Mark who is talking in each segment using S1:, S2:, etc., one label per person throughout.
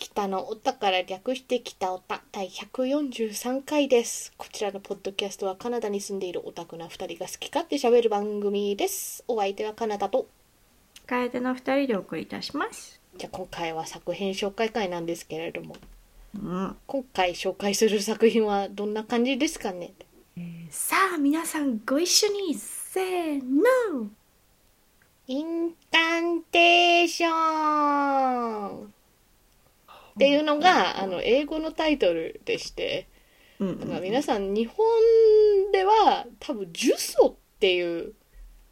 S1: 歌のおたから略してきたおた第143回です。こちらのポッドキャストはカナダに住んでいるオタクな2人が好き勝手喋る番組です。お相手はカナダと。
S2: 楓の二人でお送りいたします。
S1: じゃあ今回は作品紹介会なんですけれども、
S2: うん、
S1: 今回紹介する作品はどんな感じですかね
S2: さあ皆さんご一緒にせーの
S1: インカンテーションっていうのが、あの、英語のタイトルでして、
S2: うん
S1: だから皆さん日本では多分「ジュソ」っていう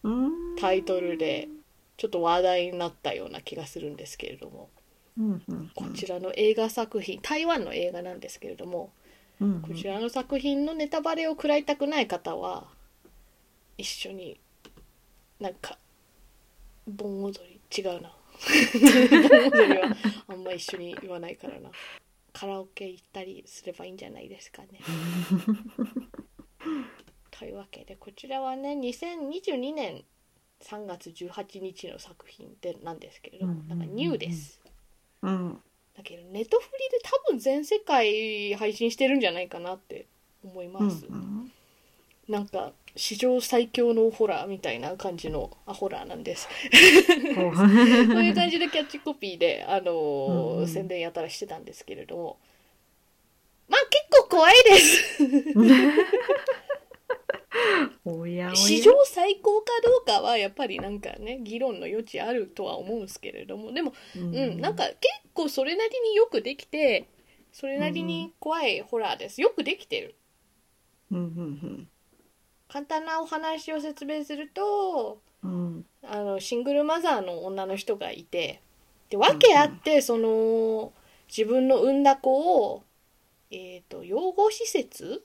S2: うん
S1: タイトルでちょっと話題になったような気がするんですけれども
S2: うんうん
S1: こちらの映画作品台湾の映画なんですけれども
S2: うん
S1: こちらの作品のネタバレを食らいたくない方は一緒になんか盆踊り違う な盆踊りはあんま一緒に言わないからなカラオケ行ったりすればいいんじゃないですかね。 というわけでこちらはね2022年3月18日の作品でなんですけれども、
S2: うんうんうんうん
S1: なんかニューです。
S2: うん
S1: だけどネットフリで多分全世界配信してるんじゃないかなって思います、
S2: うん
S1: なんか史上最強のホラーみたいな感じのあホラーなんです
S2: うん
S1: そういう感じでキャッチコピーで、あのー
S2: うんうん
S1: 宣伝やたらしてたんですけれどもまあ結構怖いです
S2: おやおや
S1: 史上最高かどうかはやっぱりなんかね議論の余地あるとは思うんですけれどもでも
S2: う
S1: うん、なんか結構それなりによくできてそれなりに怖いホラーですよくできてる
S2: うんうん
S1: 簡単なお話を説明すると
S2: うんうん
S1: あのシングルマザーの女の人がいてで訳あってその自分の産んだ子を、えー、と養護施設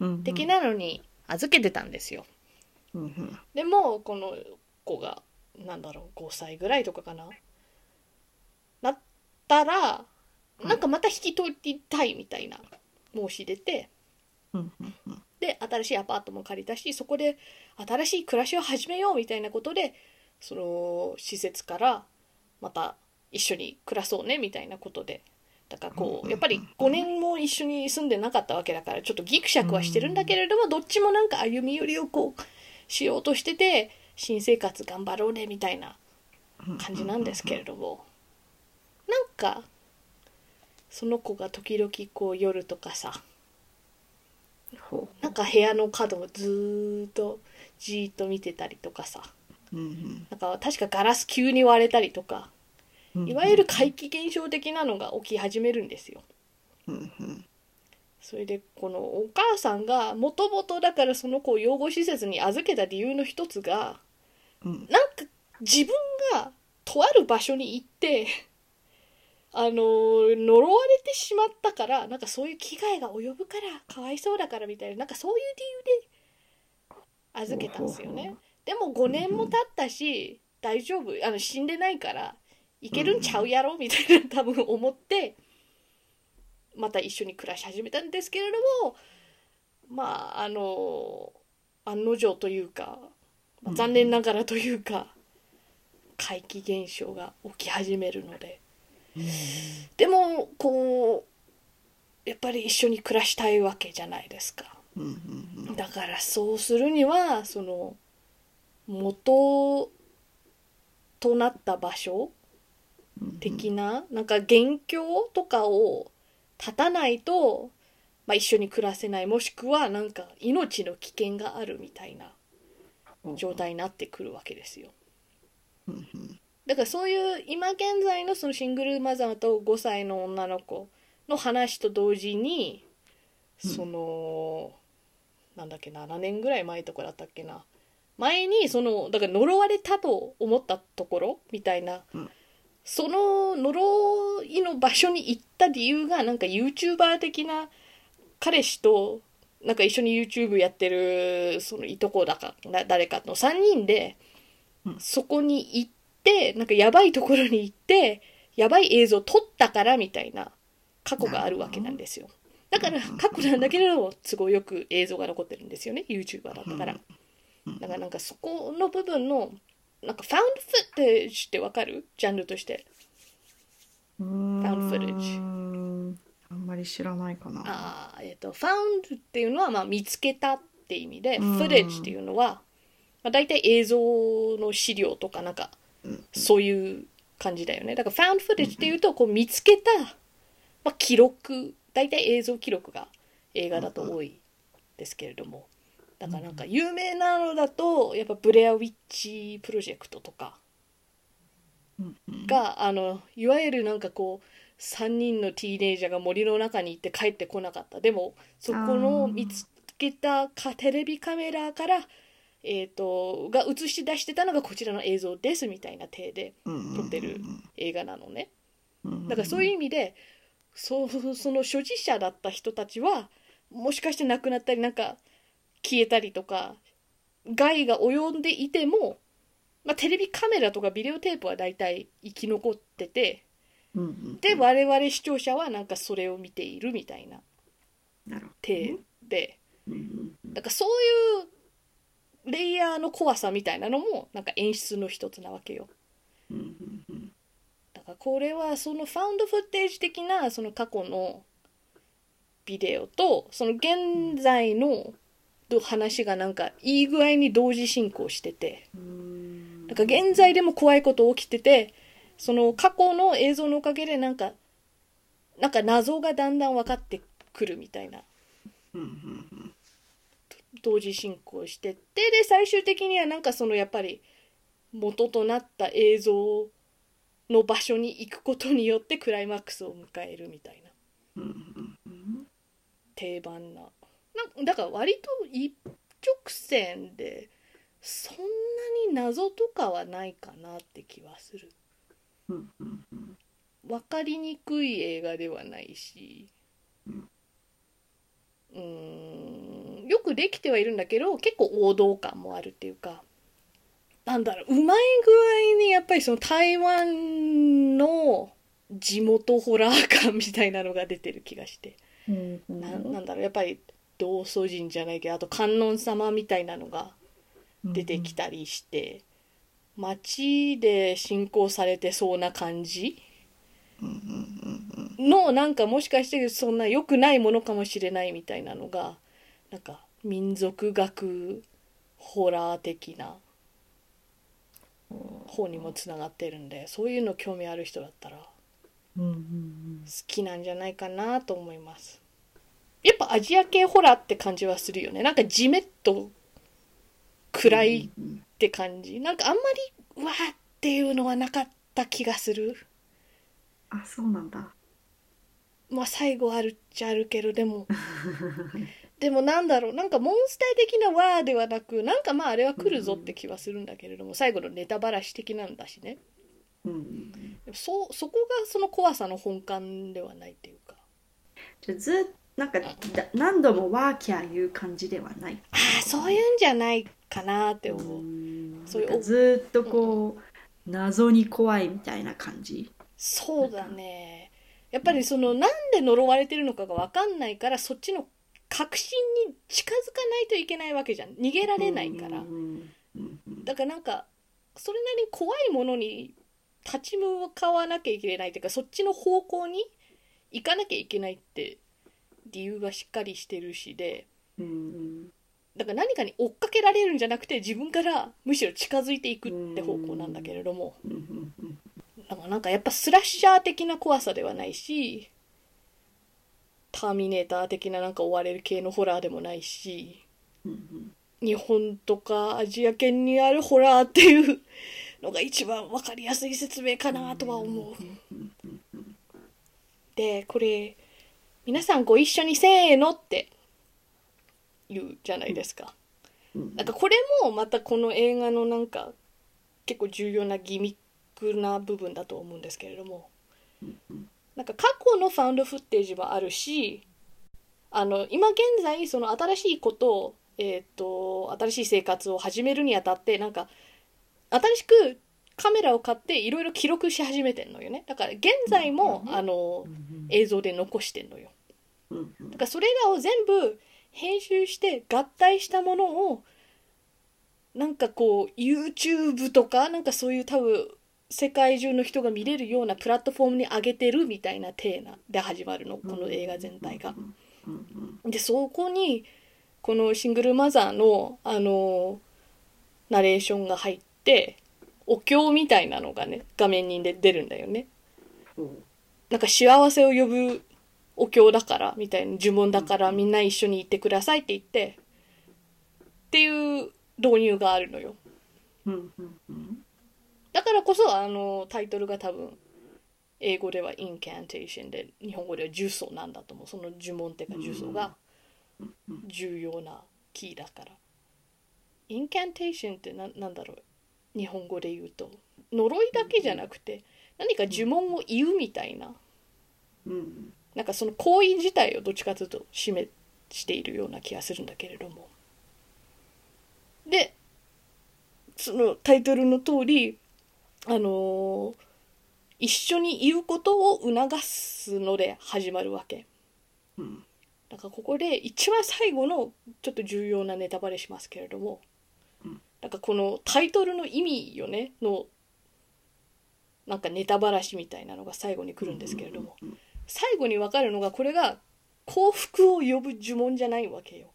S2: うん
S1: 的なのに預けてたんですよ。
S2: うんうん
S1: でもこの子がなんだろう5歳ぐらいとかかななったら
S2: うん
S1: なんかまた引き取りたいみたいな申し出て
S2: うんうん
S1: で新しいアパートも借りたしそこで新しい暮らしを始めようみたいなことでその施設からまた一緒に暮らそうねみたいなことでだからこ
S2: う
S1: うんやっぱり5年も一緒に住んでなかったわけだからちょっとギクシャクはしてるんだけれどもどっちもなんか歩み寄りをこうしようとしてて新生活頑張ろうねみたいな
S2: うん
S1: 感じなんですけれどもなんかその子が時々こう夜とかさ
S2: ほ
S1: なんか部屋の角をずーっとじーっと見てたりとかさ
S2: ううん
S1: なんか確かガラス急に割れたりとか
S2: うん
S1: いわゆる怪奇現象的なのが起き始めるんですよ。
S2: うんうん
S1: それでこのお母さんがもともとだからその子を養護施設に預けた理由の一つが
S2: うん
S1: なんか自分がとある場所に行って あの呪われてしまったからなんかそういう危害が及ぶからかわいそうだからみたいななんかそういう理由で預けたんですよね。でも5年も経ったし大丈夫あの死んでないからいけるんちゃうやろみたいな多分思ってまた一緒に暮らし始めたんですけれどもまああの案の定というか、まあ残念ながらというか怪奇現象が起き始めるのででもこうやっぱり一緒に暮らしたいわけじゃないですか。
S2: うんうん
S1: だからそうするにはその元となった場所
S2: うん
S1: 的な,、なんか元凶とかを立たないと、まあ、一緒に暮らせないもしくはなんか命の危険があるみたいな状態になってくるわけですよ。
S2: うんうん
S1: だからそういう今現在のそのシングルマザーと5歳の女の子の話と同時に
S2: うん
S1: その、なんだっけな7年ぐらい前とかだったっけな前にそのだから呪われたと思ったところみたいな、
S2: うん
S1: その呪いの場所に行った理由がなんか YouTuber 的な彼氏となんか一緒に YouTube やってるそのいとこだかな誰かの3人で、
S2: うん
S1: そこに行ってなんかやばいところに行ってやばい映像撮ったからみたいな過去があるわけなんですよだから過去なんだけれども都合よく映像が残ってるんですよね YouTuber だったから
S2: うん
S1: だからなんかそこの部分のなんかファウンドフッテージってわかるジャンルとして Found
S2: Found
S1: footage
S2: あんまり知らないかな。
S1: あーえっと found っていうのはまあ見つけたって意味で、
S2: うん
S1: footage っていうのは、まあ、大体映像の資料とかなんか
S2: うん
S1: そういう感じだよねだから found footage っていうとこう見つけた、まあ、記録大体映像記録が映画だと多いですけれどもだからなんか有名なのだとやっぱブレアウィッチプロジェクトとかがあのいわゆるなんかこう3人のティーネイジャーが森の中に行って帰ってこなかったでもそこの
S2: あー
S1: 見つけたかテレビカメラから、えー、とが映し出してたのがこちらの映像ですみたいな体で
S2: 撮
S1: 撮ってる映画なのねだ
S2: だ
S1: からそういう
S2: う
S1: 意味でそその所持者だった人たちはもしかして亡くなったりなんか消えたりとか害が及んでいても、まあ、テレビカメラとかビデオテープは大体生き残ってて
S2: んうんうん。
S1: で我々視聴者はなんかそれを見ているみたいな
S2: なるほ
S1: 体で
S2: どうん
S1: だからそういうレイヤーの怖さみたいなのもなんか演出の一つなわけよ。
S2: うんうんうん
S1: だからこれはそのファウンドフッテージ的なその過去のビデオとその現在のど話がなんかいい具合に同時進行してて
S2: うん
S1: だから現在でも怖いこと起きててその過去の映像のおかげでなんかなんか謎がだんだん分かってくるみたいな
S2: うんうん
S1: 同時進行してってで最終的にはなんかそのやっぱり元となった映像の場所に行くことによってクライマックスを迎えるみたいな
S2: うんうんうん
S1: 定番ななんだから割と一直線でそんなに謎とかはないかなって気はする
S2: うんうんうん
S1: 分かりにくい映画ではないし
S2: うん
S1: うーんよくできてはいるんだけど結構王道感もあるっていうかなんだろううまい具合にやっぱりその台湾の地元ホラー感みたいなのが出てる気がして
S2: うんうん
S1: ななんだろうやっぱり道祖神じゃないけどあと観音様みたいなのが出てきたりして、街で信仰されてそうな感じ
S2: うんうんうん
S1: のなんかもしかしてそんな良くないものかもしれないみたいなのがなんか民族学ホラー的な方にもつながってるんでそういうの興味ある人だったら好
S2: うんうんうん
S1: きなんじゃないかなと思いますやっぱアジア系ホラーって感じはするよねなんかジメッと暗い
S2: うん
S1: って感じなんかあんまりうわーっていうのはなかった気がする
S2: あそうなんだ
S1: まあ最後あるっちゃあるけどでも でもなんだろうなんかモンスター的なわーではなくなんかまああれは来るぞって気はするんだけれども最後のネタばらし的なんだしね
S2: うんうんうん
S1: でもそうそこがその怖さの本館ではないっていうか
S2: じゃあずっなんかだ何度もワーキャー言う感じではない
S1: ああそういうんじゃないかなって思う、
S2: うん
S1: そういう
S2: なんかずっとこう謎に怖いみたいな感じ
S1: そうだねやっぱりそのなんで呪われてるのかが分かんないからそっちの確信に近づかないといけないわけじゃん逃げられないから
S2: うんうんうん
S1: だからなんかそれなりに怖いものに立ち向かわなきゃいけないっていうかそっちの方向に行かなきゃいけないって理由がしっかりしてるしで
S2: うん
S1: だから何かに追っかけられるんじゃなくて自分からむしろ近づいていくって方向なんだけれども
S2: うんうんうん
S1: だからなんかやっぱスラッシャー的な怖さではないしターミネーター的ななんか追われる系のホラーでもないし
S2: うんうん
S1: 日本とかアジア圏にあるホラーっていうのが一番分かりやすい説明かなとは思う。でこれ皆さんご一緒にせーのって言うじゃないですか。
S2: うん
S1: なんかこれもまたこの映画のなんか結構重要なギミックな部分だと思うんですけれどもなんか過去のファウンドフッテージもあるしあの今現在その新しいことを、えー、と新しい生活を始めるにあたってなんか新しくカメラを買っていろいろ記録し始めてんのよねだから現在も、
S2: うん
S1: あの
S2: うん
S1: 映像で残してんのよ
S2: うんうん
S1: だからそれらを全部編集して合体したものをなんかこう YouTube とかなんかそういう多分世界中の人が見れるようなプラットフォームに上げてるみたいなテーマで始まるのこの映画全体が。でそこにこのシングルマザーのあのナレーションが入ってお経みたいなのがね画面にで出るんだよね。なんか幸せを呼ぶお経だからみたいな呪文だからみんな一緒に行ってくださいって言ってっていう導入があるのよ。
S2: うんうんうん
S1: だからこそあのタイトルが多分英語では「インキャンテーション」で日本語では「呪詛」なんだと思うその呪文っていうか呪詛が重要なキーだから「インキャンテーション」ってななんだろう日本語で言うと呪いだけじゃなくて何か呪文を言うみたいな
S2: うん
S1: なんかその行為自体をどっちかというと示しているような気がするんだけれどもでそのタイトルの通りあのー一緒に言うことを促すので始まるわけ
S2: うん
S1: だからここで一番最後のちょっと重要なネタバレしますけれども、
S2: うん
S1: なんかこのタイトルの意味よねのなんかネタばらしみたいなのが最後に来るんですけれども、
S2: うんうん
S1: 最後に分かるのがこれが幸福を呼ぶ呪文じゃないわけよ。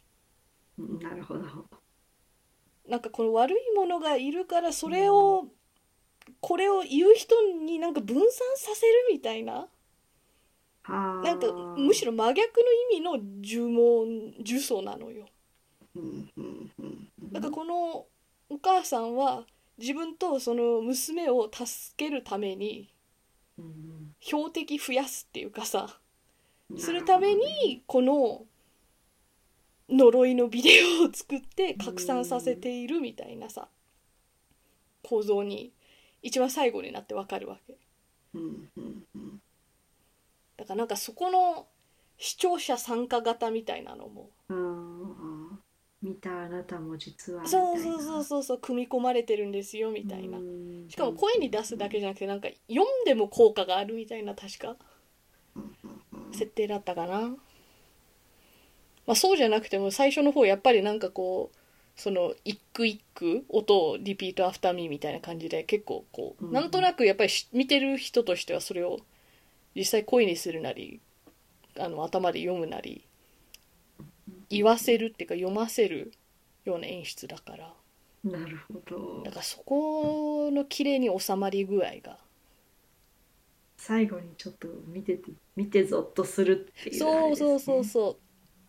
S2: うんなるほど
S1: なんかこの悪いものがいるからそれを、これを言う人になんか分散させるみたいなな
S2: なん
S1: かむしろ真逆の意味の呪文呪詛なのよ。
S2: ろうんうんうんうん
S1: なんかこのお母さんは自分とその娘を助けるために
S2: うん
S1: 標的増やすっていうかさ
S2: うん
S1: するためにこの呪いのビデオを作って拡散させているみたいなさ構造に一番最後になってわかるわけ
S2: うんうんうん
S1: だからなんかそこの視聴者参加型みたいなのも
S2: あー見たあなたも実は
S1: そうそうそう
S2: う
S1: そうそう組み込まれてるんですよみ
S2: み
S1: た
S2: た
S1: い
S2: い
S1: な
S2: な
S1: しかも声に出すだけじゃなくてなんか読んでも効果があるみたいな確か設定だったかな、まあ、そうじゃなくても最初の方やっぱりなんかこうその一句一句音をリピートアフターミーみたいな感じで結構こ
S2: う
S1: うんなんとなくやっぱりし見てる人としてはそれを実際声にするなりあの頭で読むなり言わせるっていうか読ませるような演出だから
S2: なるほど
S1: だからそこの綺麗に収まり具合が
S2: 最後にちょっと見てて見てゾッとするっていうあれ
S1: そう
S2: です
S1: そうそう
S2: ね
S1: そう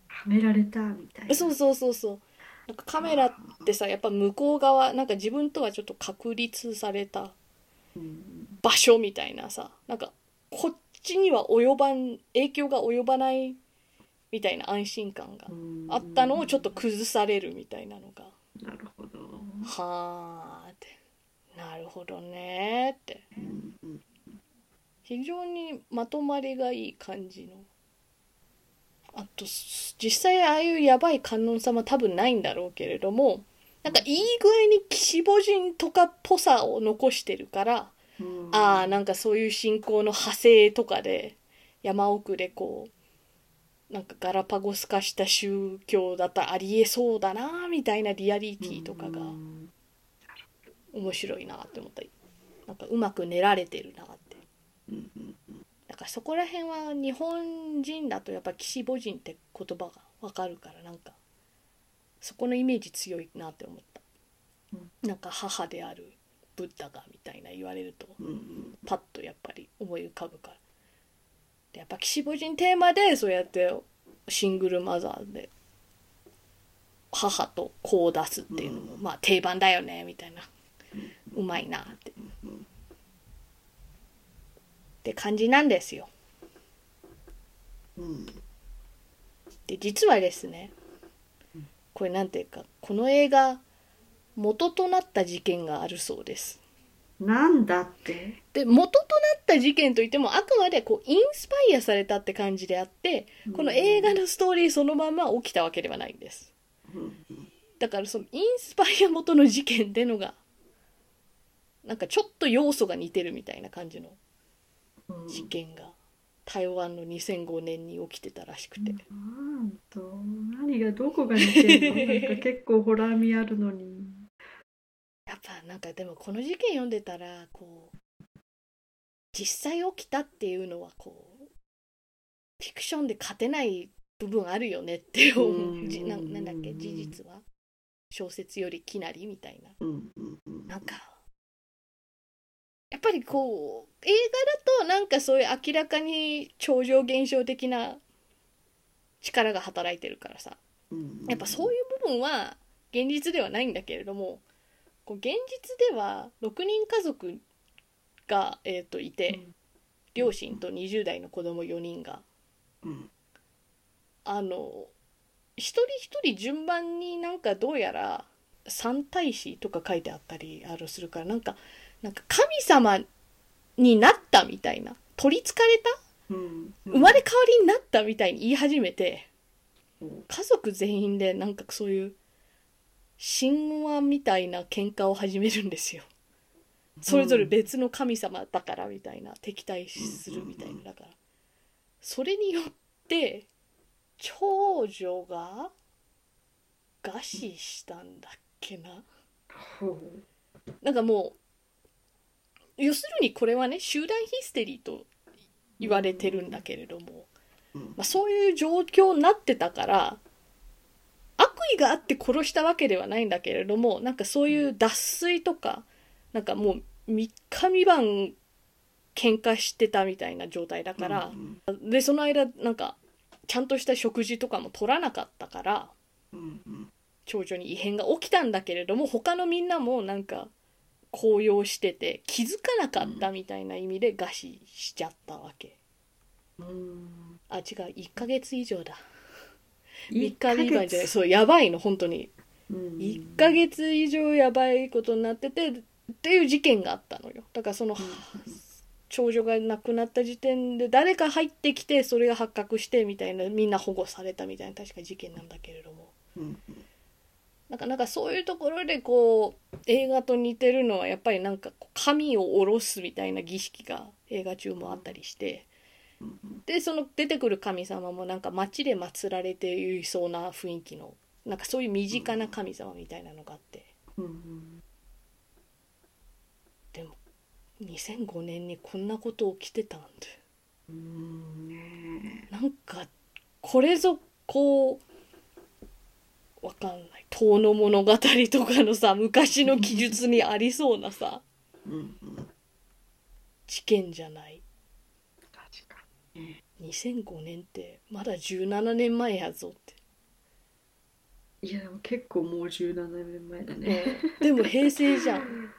S2: はめられたみたいな
S1: そうそうそうそうなんかカメラってさやっぱ向こう側なんか自分とはちょっと確立された
S2: うん
S1: 場所みたいなさなんかこっちには及ばん影響が及ばないみたいな安心感が
S2: うん
S1: あったのをちょっと崩されるみたいなのが
S2: なるほど、
S1: はあってなるほどねって
S2: うんうん
S1: 非常にまとまりがいい感じのあとす実際ああいうやばい観音様多分ないんだろうけれどもなんかいい具合に岸母人とかっぽさを残してるから
S2: うん
S1: ああなんかそういう信仰の派生とかで山奥でこうなんかガラパゴス化した宗教だったらありえそうだなみたいなリアリティとかが
S2: うん
S1: 面白いなって思ったりなんかうまく練られてるなって。
S2: うんうん
S1: だからそこら辺は日本人だとやっぱ岸母人って言葉がわかるからなんかそこのイメージ強いなって思った、なんか母であるブッダがみたいな言われると
S2: うん
S1: パッとやっぱり思い浮かぶからでやっぱ岸母人テーマでそうやってシングルマザーで母と子を出すっていうのも、まあ定番だよねみたいなうまいなってって感じなんですよ
S2: うん
S1: で実はですねこれなんていうかこの映画元となった事件があるそうです
S2: なんだって
S1: で元となった事件といってもあくまでこうインスパイアされたって感じであってこの映画のストーリーそのまま起きたわけではないんです
S2: うん
S1: だからそのインスパイア元の事件でのがなんかちょっと要素が似てるみたいな感じの
S2: うん
S1: 事件が台湾の2005年に起きてたらしくて、
S2: なんと何がどこが似てるのなんか結構ホラー味あるのに
S1: やっぱなんかでもこの事件読んでたらこう実際起きたっていうのはこうフィクションで勝てない部分あるよねって思
S2: う
S1: うんじななんだっけ事実は小説よりきなりみたいな
S2: うんうんうん
S1: なんかやっぱりこう映画だとなんかそういう明らかに超常現象的な力が働いてるからさ
S2: うん
S1: やっぱそういう部分は現実ではないんだけれどもこう現実では6人家族が、えー、といて、
S2: うん
S1: 両親と20代の子供4人が
S2: うん
S1: あの一人一人順番になんかどうやら三大使とか書いてあったりあるするからなんかなんか神様になったみたいな取りつかれた
S2: うん
S1: 生まれ変わりになったみたいに言い始めて
S2: うん
S1: 家族全員でなんかそういう神話みたいな喧嘩を始めるんですよそれぞれ別の神様だからみたいな敵対するみたいなだからそれによって長女が餓死したんだっけな
S2: ほ
S1: なんかもう要するにこれはね集団ヒステリーと言われてるんだけれども、
S2: ううん
S1: まあ、そういう状況になってたから悪意があって殺したわけではないんだけれどもなんかそういう脱水とかなんかもう3日3晩喧嘩してたみたいな状態だから
S2: う、ん
S1: でその間なんかちゃんとした食事とかも取らなかったから
S2: うんうん
S1: 長女に異変が起きたんだけれども他のみんなもなんか高揚してて気づかなかったみたいな意味で餓死しちゃったわけ。
S2: うん
S1: あ違う1ヶ月以上だ3
S2: 一ヶ
S1: 日
S2: 月
S1: 以外じゃないそうやばいの本当に
S2: うん
S1: 1ヶ月以上やばいことになっててっていう事件があったのよだからその、長女が亡くなった時点で誰か入ってきてそれが発覚してみたいなみんな保護されたみたいな確か事件なんだけれども
S2: うん
S1: なんかなんかそういうところでこう映画と似てるのはやっぱりなんかこう神を下ろすみたいな儀式が映画中もあったりしてでその出てくる神様もなんか町で祀られていそうな雰囲気のなんかそういう身近な神様みたいなのがあって
S2: うん
S1: でも2005年にこんなこと起きてたんで
S2: うんね
S1: なんかこれぞこうわかんない「遠野物語」とかのさ昔の記述にありそうなさ
S2: えうんうん確
S1: 事件じゃない
S2: か
S1: 2005年ってまだ17年前やぞって、
S2: にいやでも結構もう17年前だね
S1: でも平成じゃん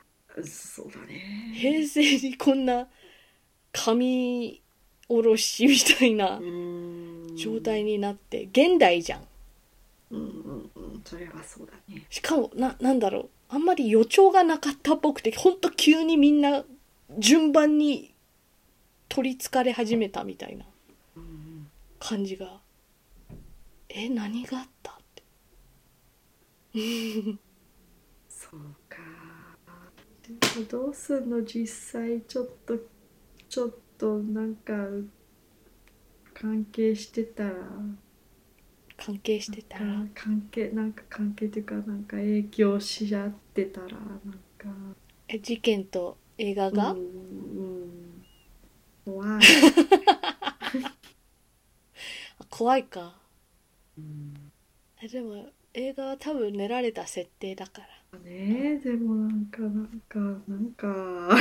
S2: そうだね
S1: 平成にこんな紙おろしみたいな
S2: うん
S1: 状態になって現代じゃん
S2: うんうんうんそれはそうだね
S1: しかもななんだろうあんまり予兆がなかったっぽくてほんと急にみんな順番に取りつかれ始めたみたいな
S2: うん
S1: 感じがえ何があったって
S2: そうかでもどうすんの実際ちょっとちょっとなんか関係してたら
S1: 関係してたら
S2: あ関係なんか関係というかなんか影響し合ってたらなんか
S1: え事件と映画が、
S2: うんうん怖い、
S1: あ怖いか
S2: うん、
S1: えでも映画は多分練られた設定だから
S2: ねえでもなんかなんかなんか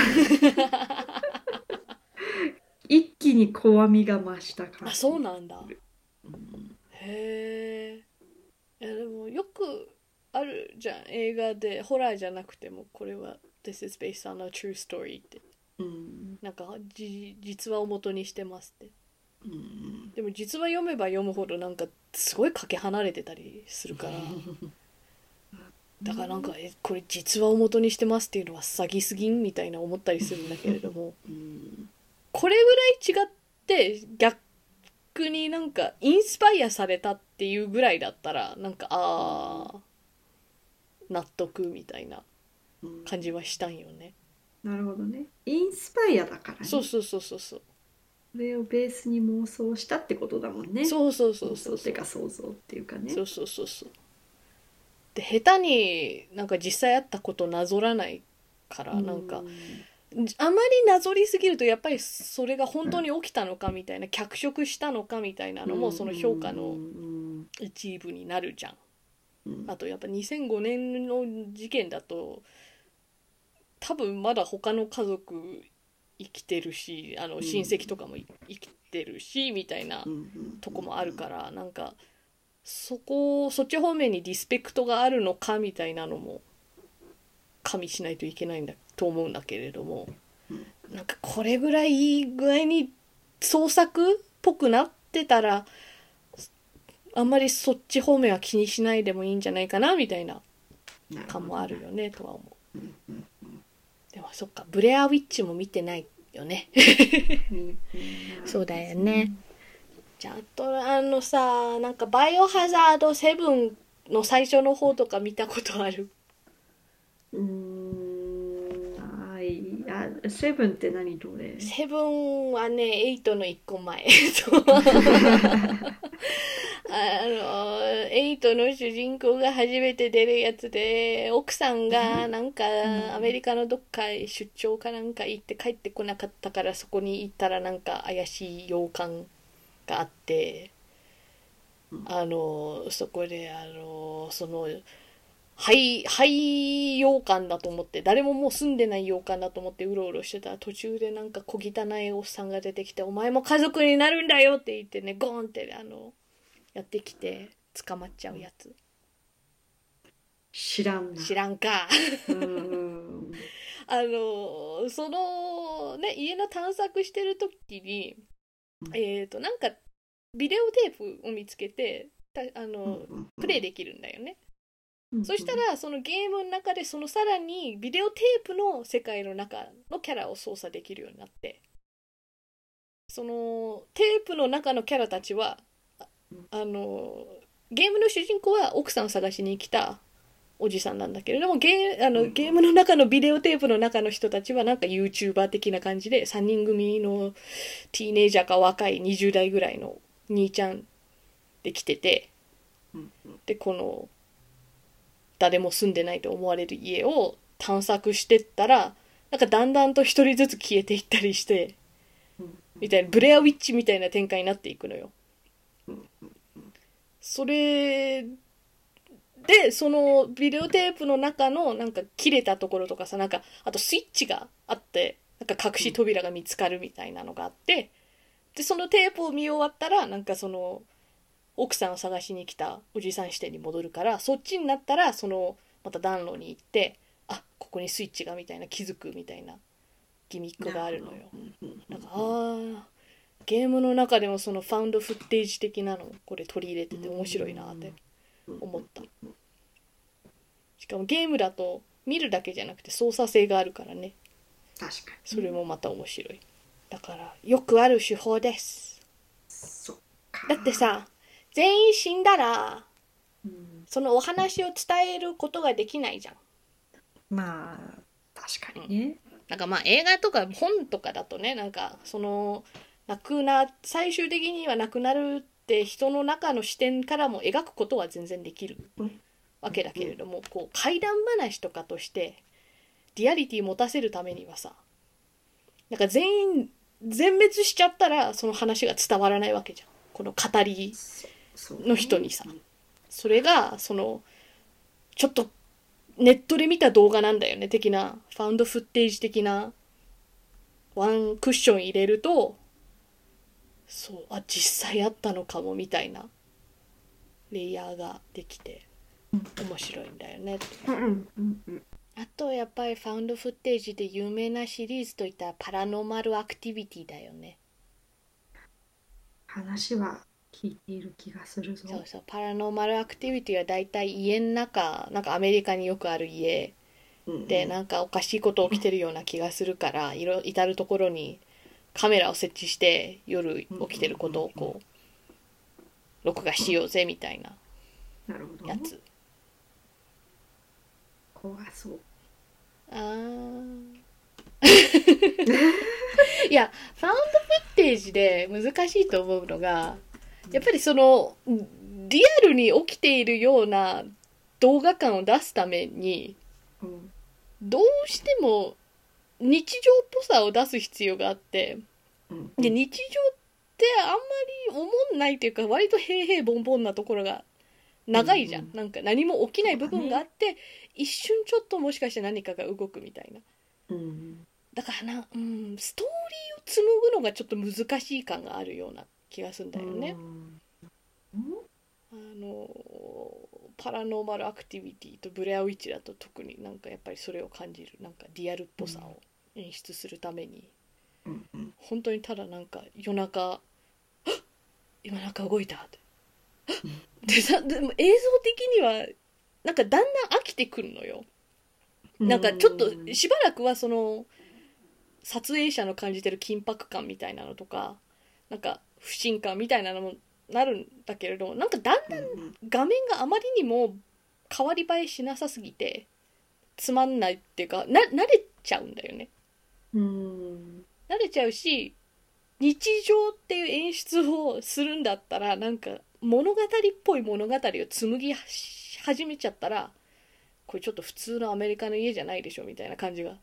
S2: 一気に怖みが増した感
S1: あ
S2: じ
S1: そうなんだ
S2: うん
S1: へえいやでもよくあるじゃん映画でホラーじゃなくてもこれは「This is based on a true story」って
S2: うん
S1: なんかじ実話を元にしてますって
S2: うん
S1: でも実話読めば読むほどなんかすごいかけ離れてたりするからだからなんか、えこれ実話を元にしてますっていうのは詐欺すぎんみたいな思ったりするんだけれども
S2: うん
S1: これぐらい違って逆になんかインスパイアされたっていうぐらいだったらなんかあー納得みたいな
S2: うん
S1: 感じはしたんよね。
S2: なるほどねインスパイアだからね
S1: そうそうそうそうそう
S2: それをベースに妄想したってことだもんね
S1: そうそうそ
S2: 妄
S1: うそ
S2: 想
S1: う
S2: って
S1: そう
S2: いうか想像っていうかね
S1: そうそうそうそうで下手になんか実際あったことなぞらないからなんかあまりなぞりすぎるとやっぱりそれが本当に起きたのかみたいな脚色したのかみたいなのもその評価
S2: う
S1: の
S2: ん
S1: 一部になるじゃん。
S2: うん
S1: あとやっぱ2005年の事件だと多分まだ他の家族生きてるしあ
S2: う
S1: の
S2: ん
S1: 親戚とかもい生きてるしみたいな
S2: うん
S1: とこもあるからなんかそこをそっち方面にリスペクトがあるのかみたいなのも加味しないといけないんだと思うんだけれどもなんかこれぐらいいい具合に創作っぽくなってたらあんまりそっち方面は気にしないでもいいんじゃないかなみたいな感もあるよねとは思うでもそっかブレアウィッチも見てないよねそうだよねじゃああとあのさなんか「バイオハザード7」の最初の方とか見たことある
S2: うーんはいあセブンって何どれ
S1: セブンはね、エイトの一個前。そうあの、エイトの主人公が初めて出るやつで、奥さんがなんか
S2: ん
S1: アメリカのどっかへ出張かなんか行って帰ってこなかったから、そこに行ったらなんか怪しい洋館があって
S2: うん、
S1: あの、そこで、あの、その、廃、廃洋館だと思って、誰ももう住んでない洋館だと思ってうろうろしてたら途中でなんか小汚いおっさんが出てきて、お前も家族になるんだよって言ってね、ゴーンってあの、やってきて捕まっちゃうやつ。
S2: 知らんな
S1: 知らんか。
S2: うんうん
S1: あの、その、ね、家の探索してる時に
S2: う、ん
S1: えっ、と、なんか、ビデオテープを見つけて、たあ
S2: う
S1: の、
S2: ん
S1: プレイできるんだよね。
S2: うん
S1: そしたらそのゲームの中でそのさらにビデオテープの世界の中のキャラを操作できるようになってそのテープの中のキャラたちはああのゲームの主人公は奥さんを探しに来たおじさんなんだけれどもゲーあ
S2: う
S1: の
S2: ん
S1: ゲームの中のビデオテープの中の人たちはなんか YouTuber 的な感じで3人組のティーネイジャーか若い20代ぐらいの兄ちゃんで来てて。
S2: うんうん
S1: でこの誰も住んでないと思われる家を探索してったらなんかだんだんと一人ずつ消えていったりして
S2: うん
S1: みたいなブレアウィッチみたいな展開になっていくのよ
S2: うん。
S1: それでそのビデオテープの中のなんか切れたところとかさなんかあとスイッチがあってなんか隠し扉が見つかるみたいなのがあってでそのテープを見終わったらなんかその奥さんを探しに来たおじさん視点に戻るからそっちになったらそのまた暖炉に行ってあここにスイッチがみたいな気づくみたいなギミックがあるのよ。
S2: うんうん
S1: なんかあーゲームの中でもそのファウンドフッテージ的なのこれ取り入れてて面白いなって思ったしかもゲームだと見るだけじゃなくて操作性があるからね
S2: 確かに
S1: それもまた面白いだからよくある手法です
S2: そっか
S1: だってさ全員死んだら
S2: うん
S1: そのお話を伝えることができないじゃん
S2: まあ確かにね
S1: なんかまあ映画とか本とかだとねなんかその亡くな最終的には亡くなるって人の中の視点からも描くことは全然できる
S2: うん
S1: わけだけれどもこう怪談話とかとしてリアリティ持たせるためにはさなんか全員全滅しちゃったらその話が伝わらないわけじゃんこの語り
S2: そそうね
S1: の人にさそれがそのちょっとネットで見た動画なんだよね的なファウンドフッテージ的なワンクッション入れるとそうあ実際あったのかもみたいなレイヤーができて
S2: うん
S1: 面白いんだよねって
S2: うんうんうんうん
S1: あとやっぱりファウンドフッテージで有名なシリーズといったらパラノーマルアクティビティだよね
S2: 話は聞いている気がするぞ
S1: そうそうパラノーマルアクティビティはだいたい家の中なんかアメリカによくある家
S2: うん
S1: でなんかおかしいこと起きてるような気がするからいろ至る所にカメラを設置して夜起きてることをこう録画しようぜみたいな
S2: なるほど
S1: やつ
S2: 怖そう
S1: あー いやファウンドフッテージで難しいと思うのがやっぱりそのリアルに起きているような動画感を出すために
S2: うん
S1: どうしても日常っぽさを出す必要があって
S2: うん
S1: で日常ってあんまり思んないというか割と平々ボンボンなところが長いじゃん、
S2: うん
S1: なんか何も起きない部分があって、一瞬ちょっともしかして何かが動くみたいな
S2: うん
S1: だからな、うん、ストーリーを紡ぐのがちょっと難しい感があるような気がするんだよね、あのパラノーマルアクティビティとブレアウィッチだと特になんかやっぱりそれを感じるなんかリアルっぽさを演出するために
S2: うんうん
S1: 本当にただなんか夜中はっ「今なんか動いた」ってはっでさでも映像的にはなんかだんだん飽きてくるのよ
S2: うん
S1: なんかちょっと
S2: うん
S1: しばらくはその撮影者の感じてる緊迫感みたいなのとかなんか不信感みたいなのもなるんだけれどなんかだんだん
S2: うん
S1: 画面があまりにも変わり映えしなさすぎてつまんないっていうかな慣れちゃうんだよね
S2: うん
S1: 慣れちゃうし日常っていう演出をするんだったらなんか物語っぽい物語を紡ぎし始めちゃったらこれちょっと普通のアメリカの家じゃないでしょみたいな感じが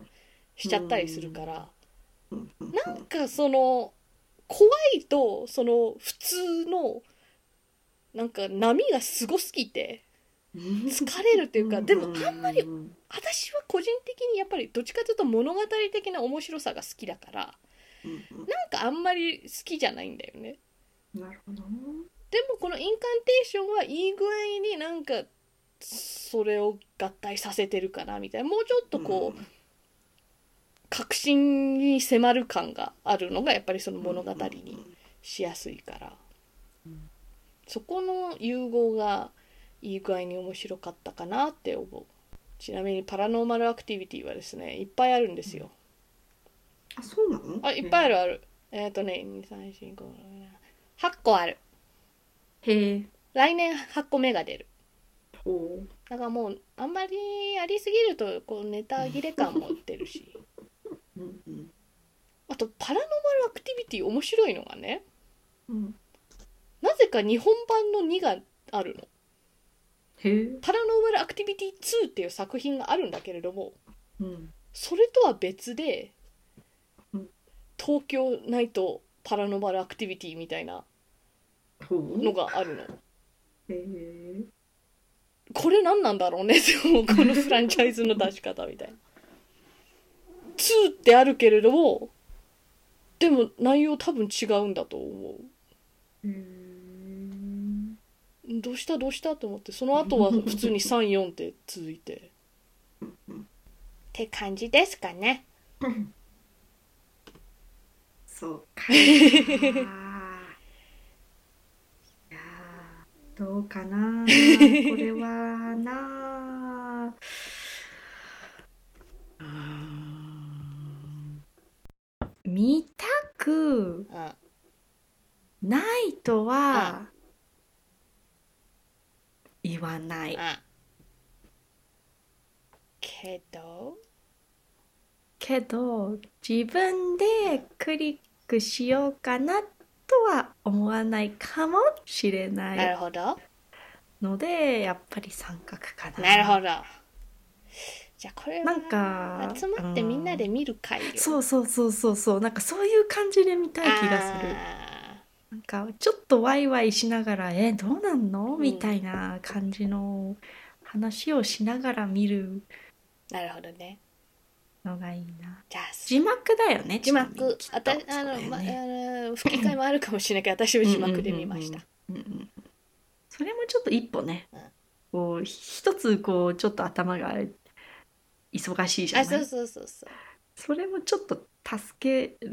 S1: しちゃったりするから
S2: うんうん
S1: なんかその怖いとその普通のなんか波がすごすぎて疲れるというかでも
S2: あんまり
S1: 私は個人的にやっぱりどっちかというと物語的な面白さが好きだからなんかあんまり好きじゃないんだよね
S2: なるほど
S1: でもこのインカンテーションはいい具合になんかそれを合体させてるかなみたいなもうちょっとこう、
S2: うん
S1: 確信に迫る感があるのがやっぱりその物語にしやすいから、
S2: うん
S1: そこの融合がいい具合に面白かったかなって思うちなみにパラノーマルアクティビティはですねいっぱいあるんですよ、
S2: あそうなの
S1: あいっぱいあ
S2: る
S1: るあるえっ、とね2345 8個ある
S2: へえ
S1: 来年8個目が出る
S2: ほ
S1: だからもうあんまりありすぎるとこうネタ切れ感も出るし
S2: ううんうん
S1: あとパラノーマルアクティビティ面白いのがね
S2: うん
S1: なぜか日本版の2があるの
S2: へえ
S1: パラノーマルアクティビティ2っていう作品があるんだけれども
S2: うん
S1: それとは別で
S2: うん
S1: 東京ナイトパラノーマルアクティビティみたいな
S2: ほう
S1: のがあるの
S2: へえ
S1: これ何なんだろうねって思うこのフランチャイズの出し方みたいな。2ってあるけれどもでも内容多分違うんだと思
S2: へえ
S1: うどうしたどうしたと思ってその後は普通に34って続いてって感じですかね
S2: そうかいやーどうかなこれはな見たく
S1: あ
S2: ないとは言わない
S1: あけど
S2: けど自分でクリックしようかなとは思わないかもしれない。
S1: なるほど
S2: のでやっぱり三角かな
S1: なるほどじゃあこれ
S2: なん
S1: は
S2: か
S1: 集まってみんなで見る会を
S2: そうそうそうそうそうなんかそういう感じで見たい気がする
S1: あ
S2: なんかちょっとワイワイしながらえどうなんの
S1: うん
S2: みたいな感じの話をしながら見る
S1: ーなるほどね
S2: のがいいな
S1: じゃあ
S2: 字幕だよね
S1: 字
S2: ちなみ
S1: 幕
S2: にきっと
S1: あたあの、
S2: そうだよ
S1: まあ
S2: ね
S1: の吹き替えもあるかもしれないけど私は字幕で見ました、
S2: うんうんそれもちょっと一歩ね
S1: うん
S2: こう一つこうちょっと頭が忙しいじゃ
S1: あ
S2: な
S1: そう
S2: い
S1: そうそうそう
S2: それもちょっと助ける、
S1: う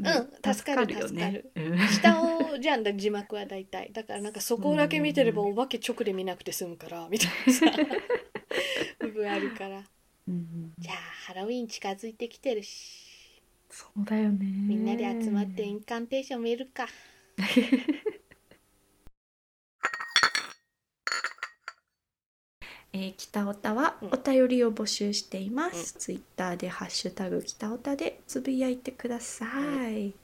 S1: ん助かる
S2: よね。
S1: 下をじゃんだ字幕は大体だからなんかそこだけ見てればお化け直で見なくて済むからみたいなさ部分あるから
S2: うんうん
S1: じゃあハロウィン近づいてきてるし
S2: そうだよね。
S1: み
S2: み
S1: んなで集まってインカンテーション見るか
S2: えー北オタは
S1: うん
S2: お便りを募集しています。ツイッターでハッシュタグ北オタでつぶやいてください。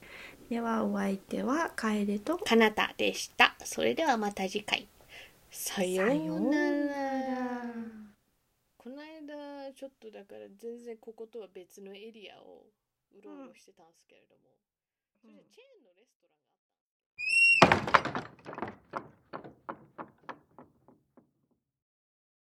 S2: ではお相手は楓と
S1: かなたでしたそれではまた次回さようならこの間ちょっとだから全然こことは別のエリアをうろうろしてたんですけれども、それでチェーンのレストランがあったん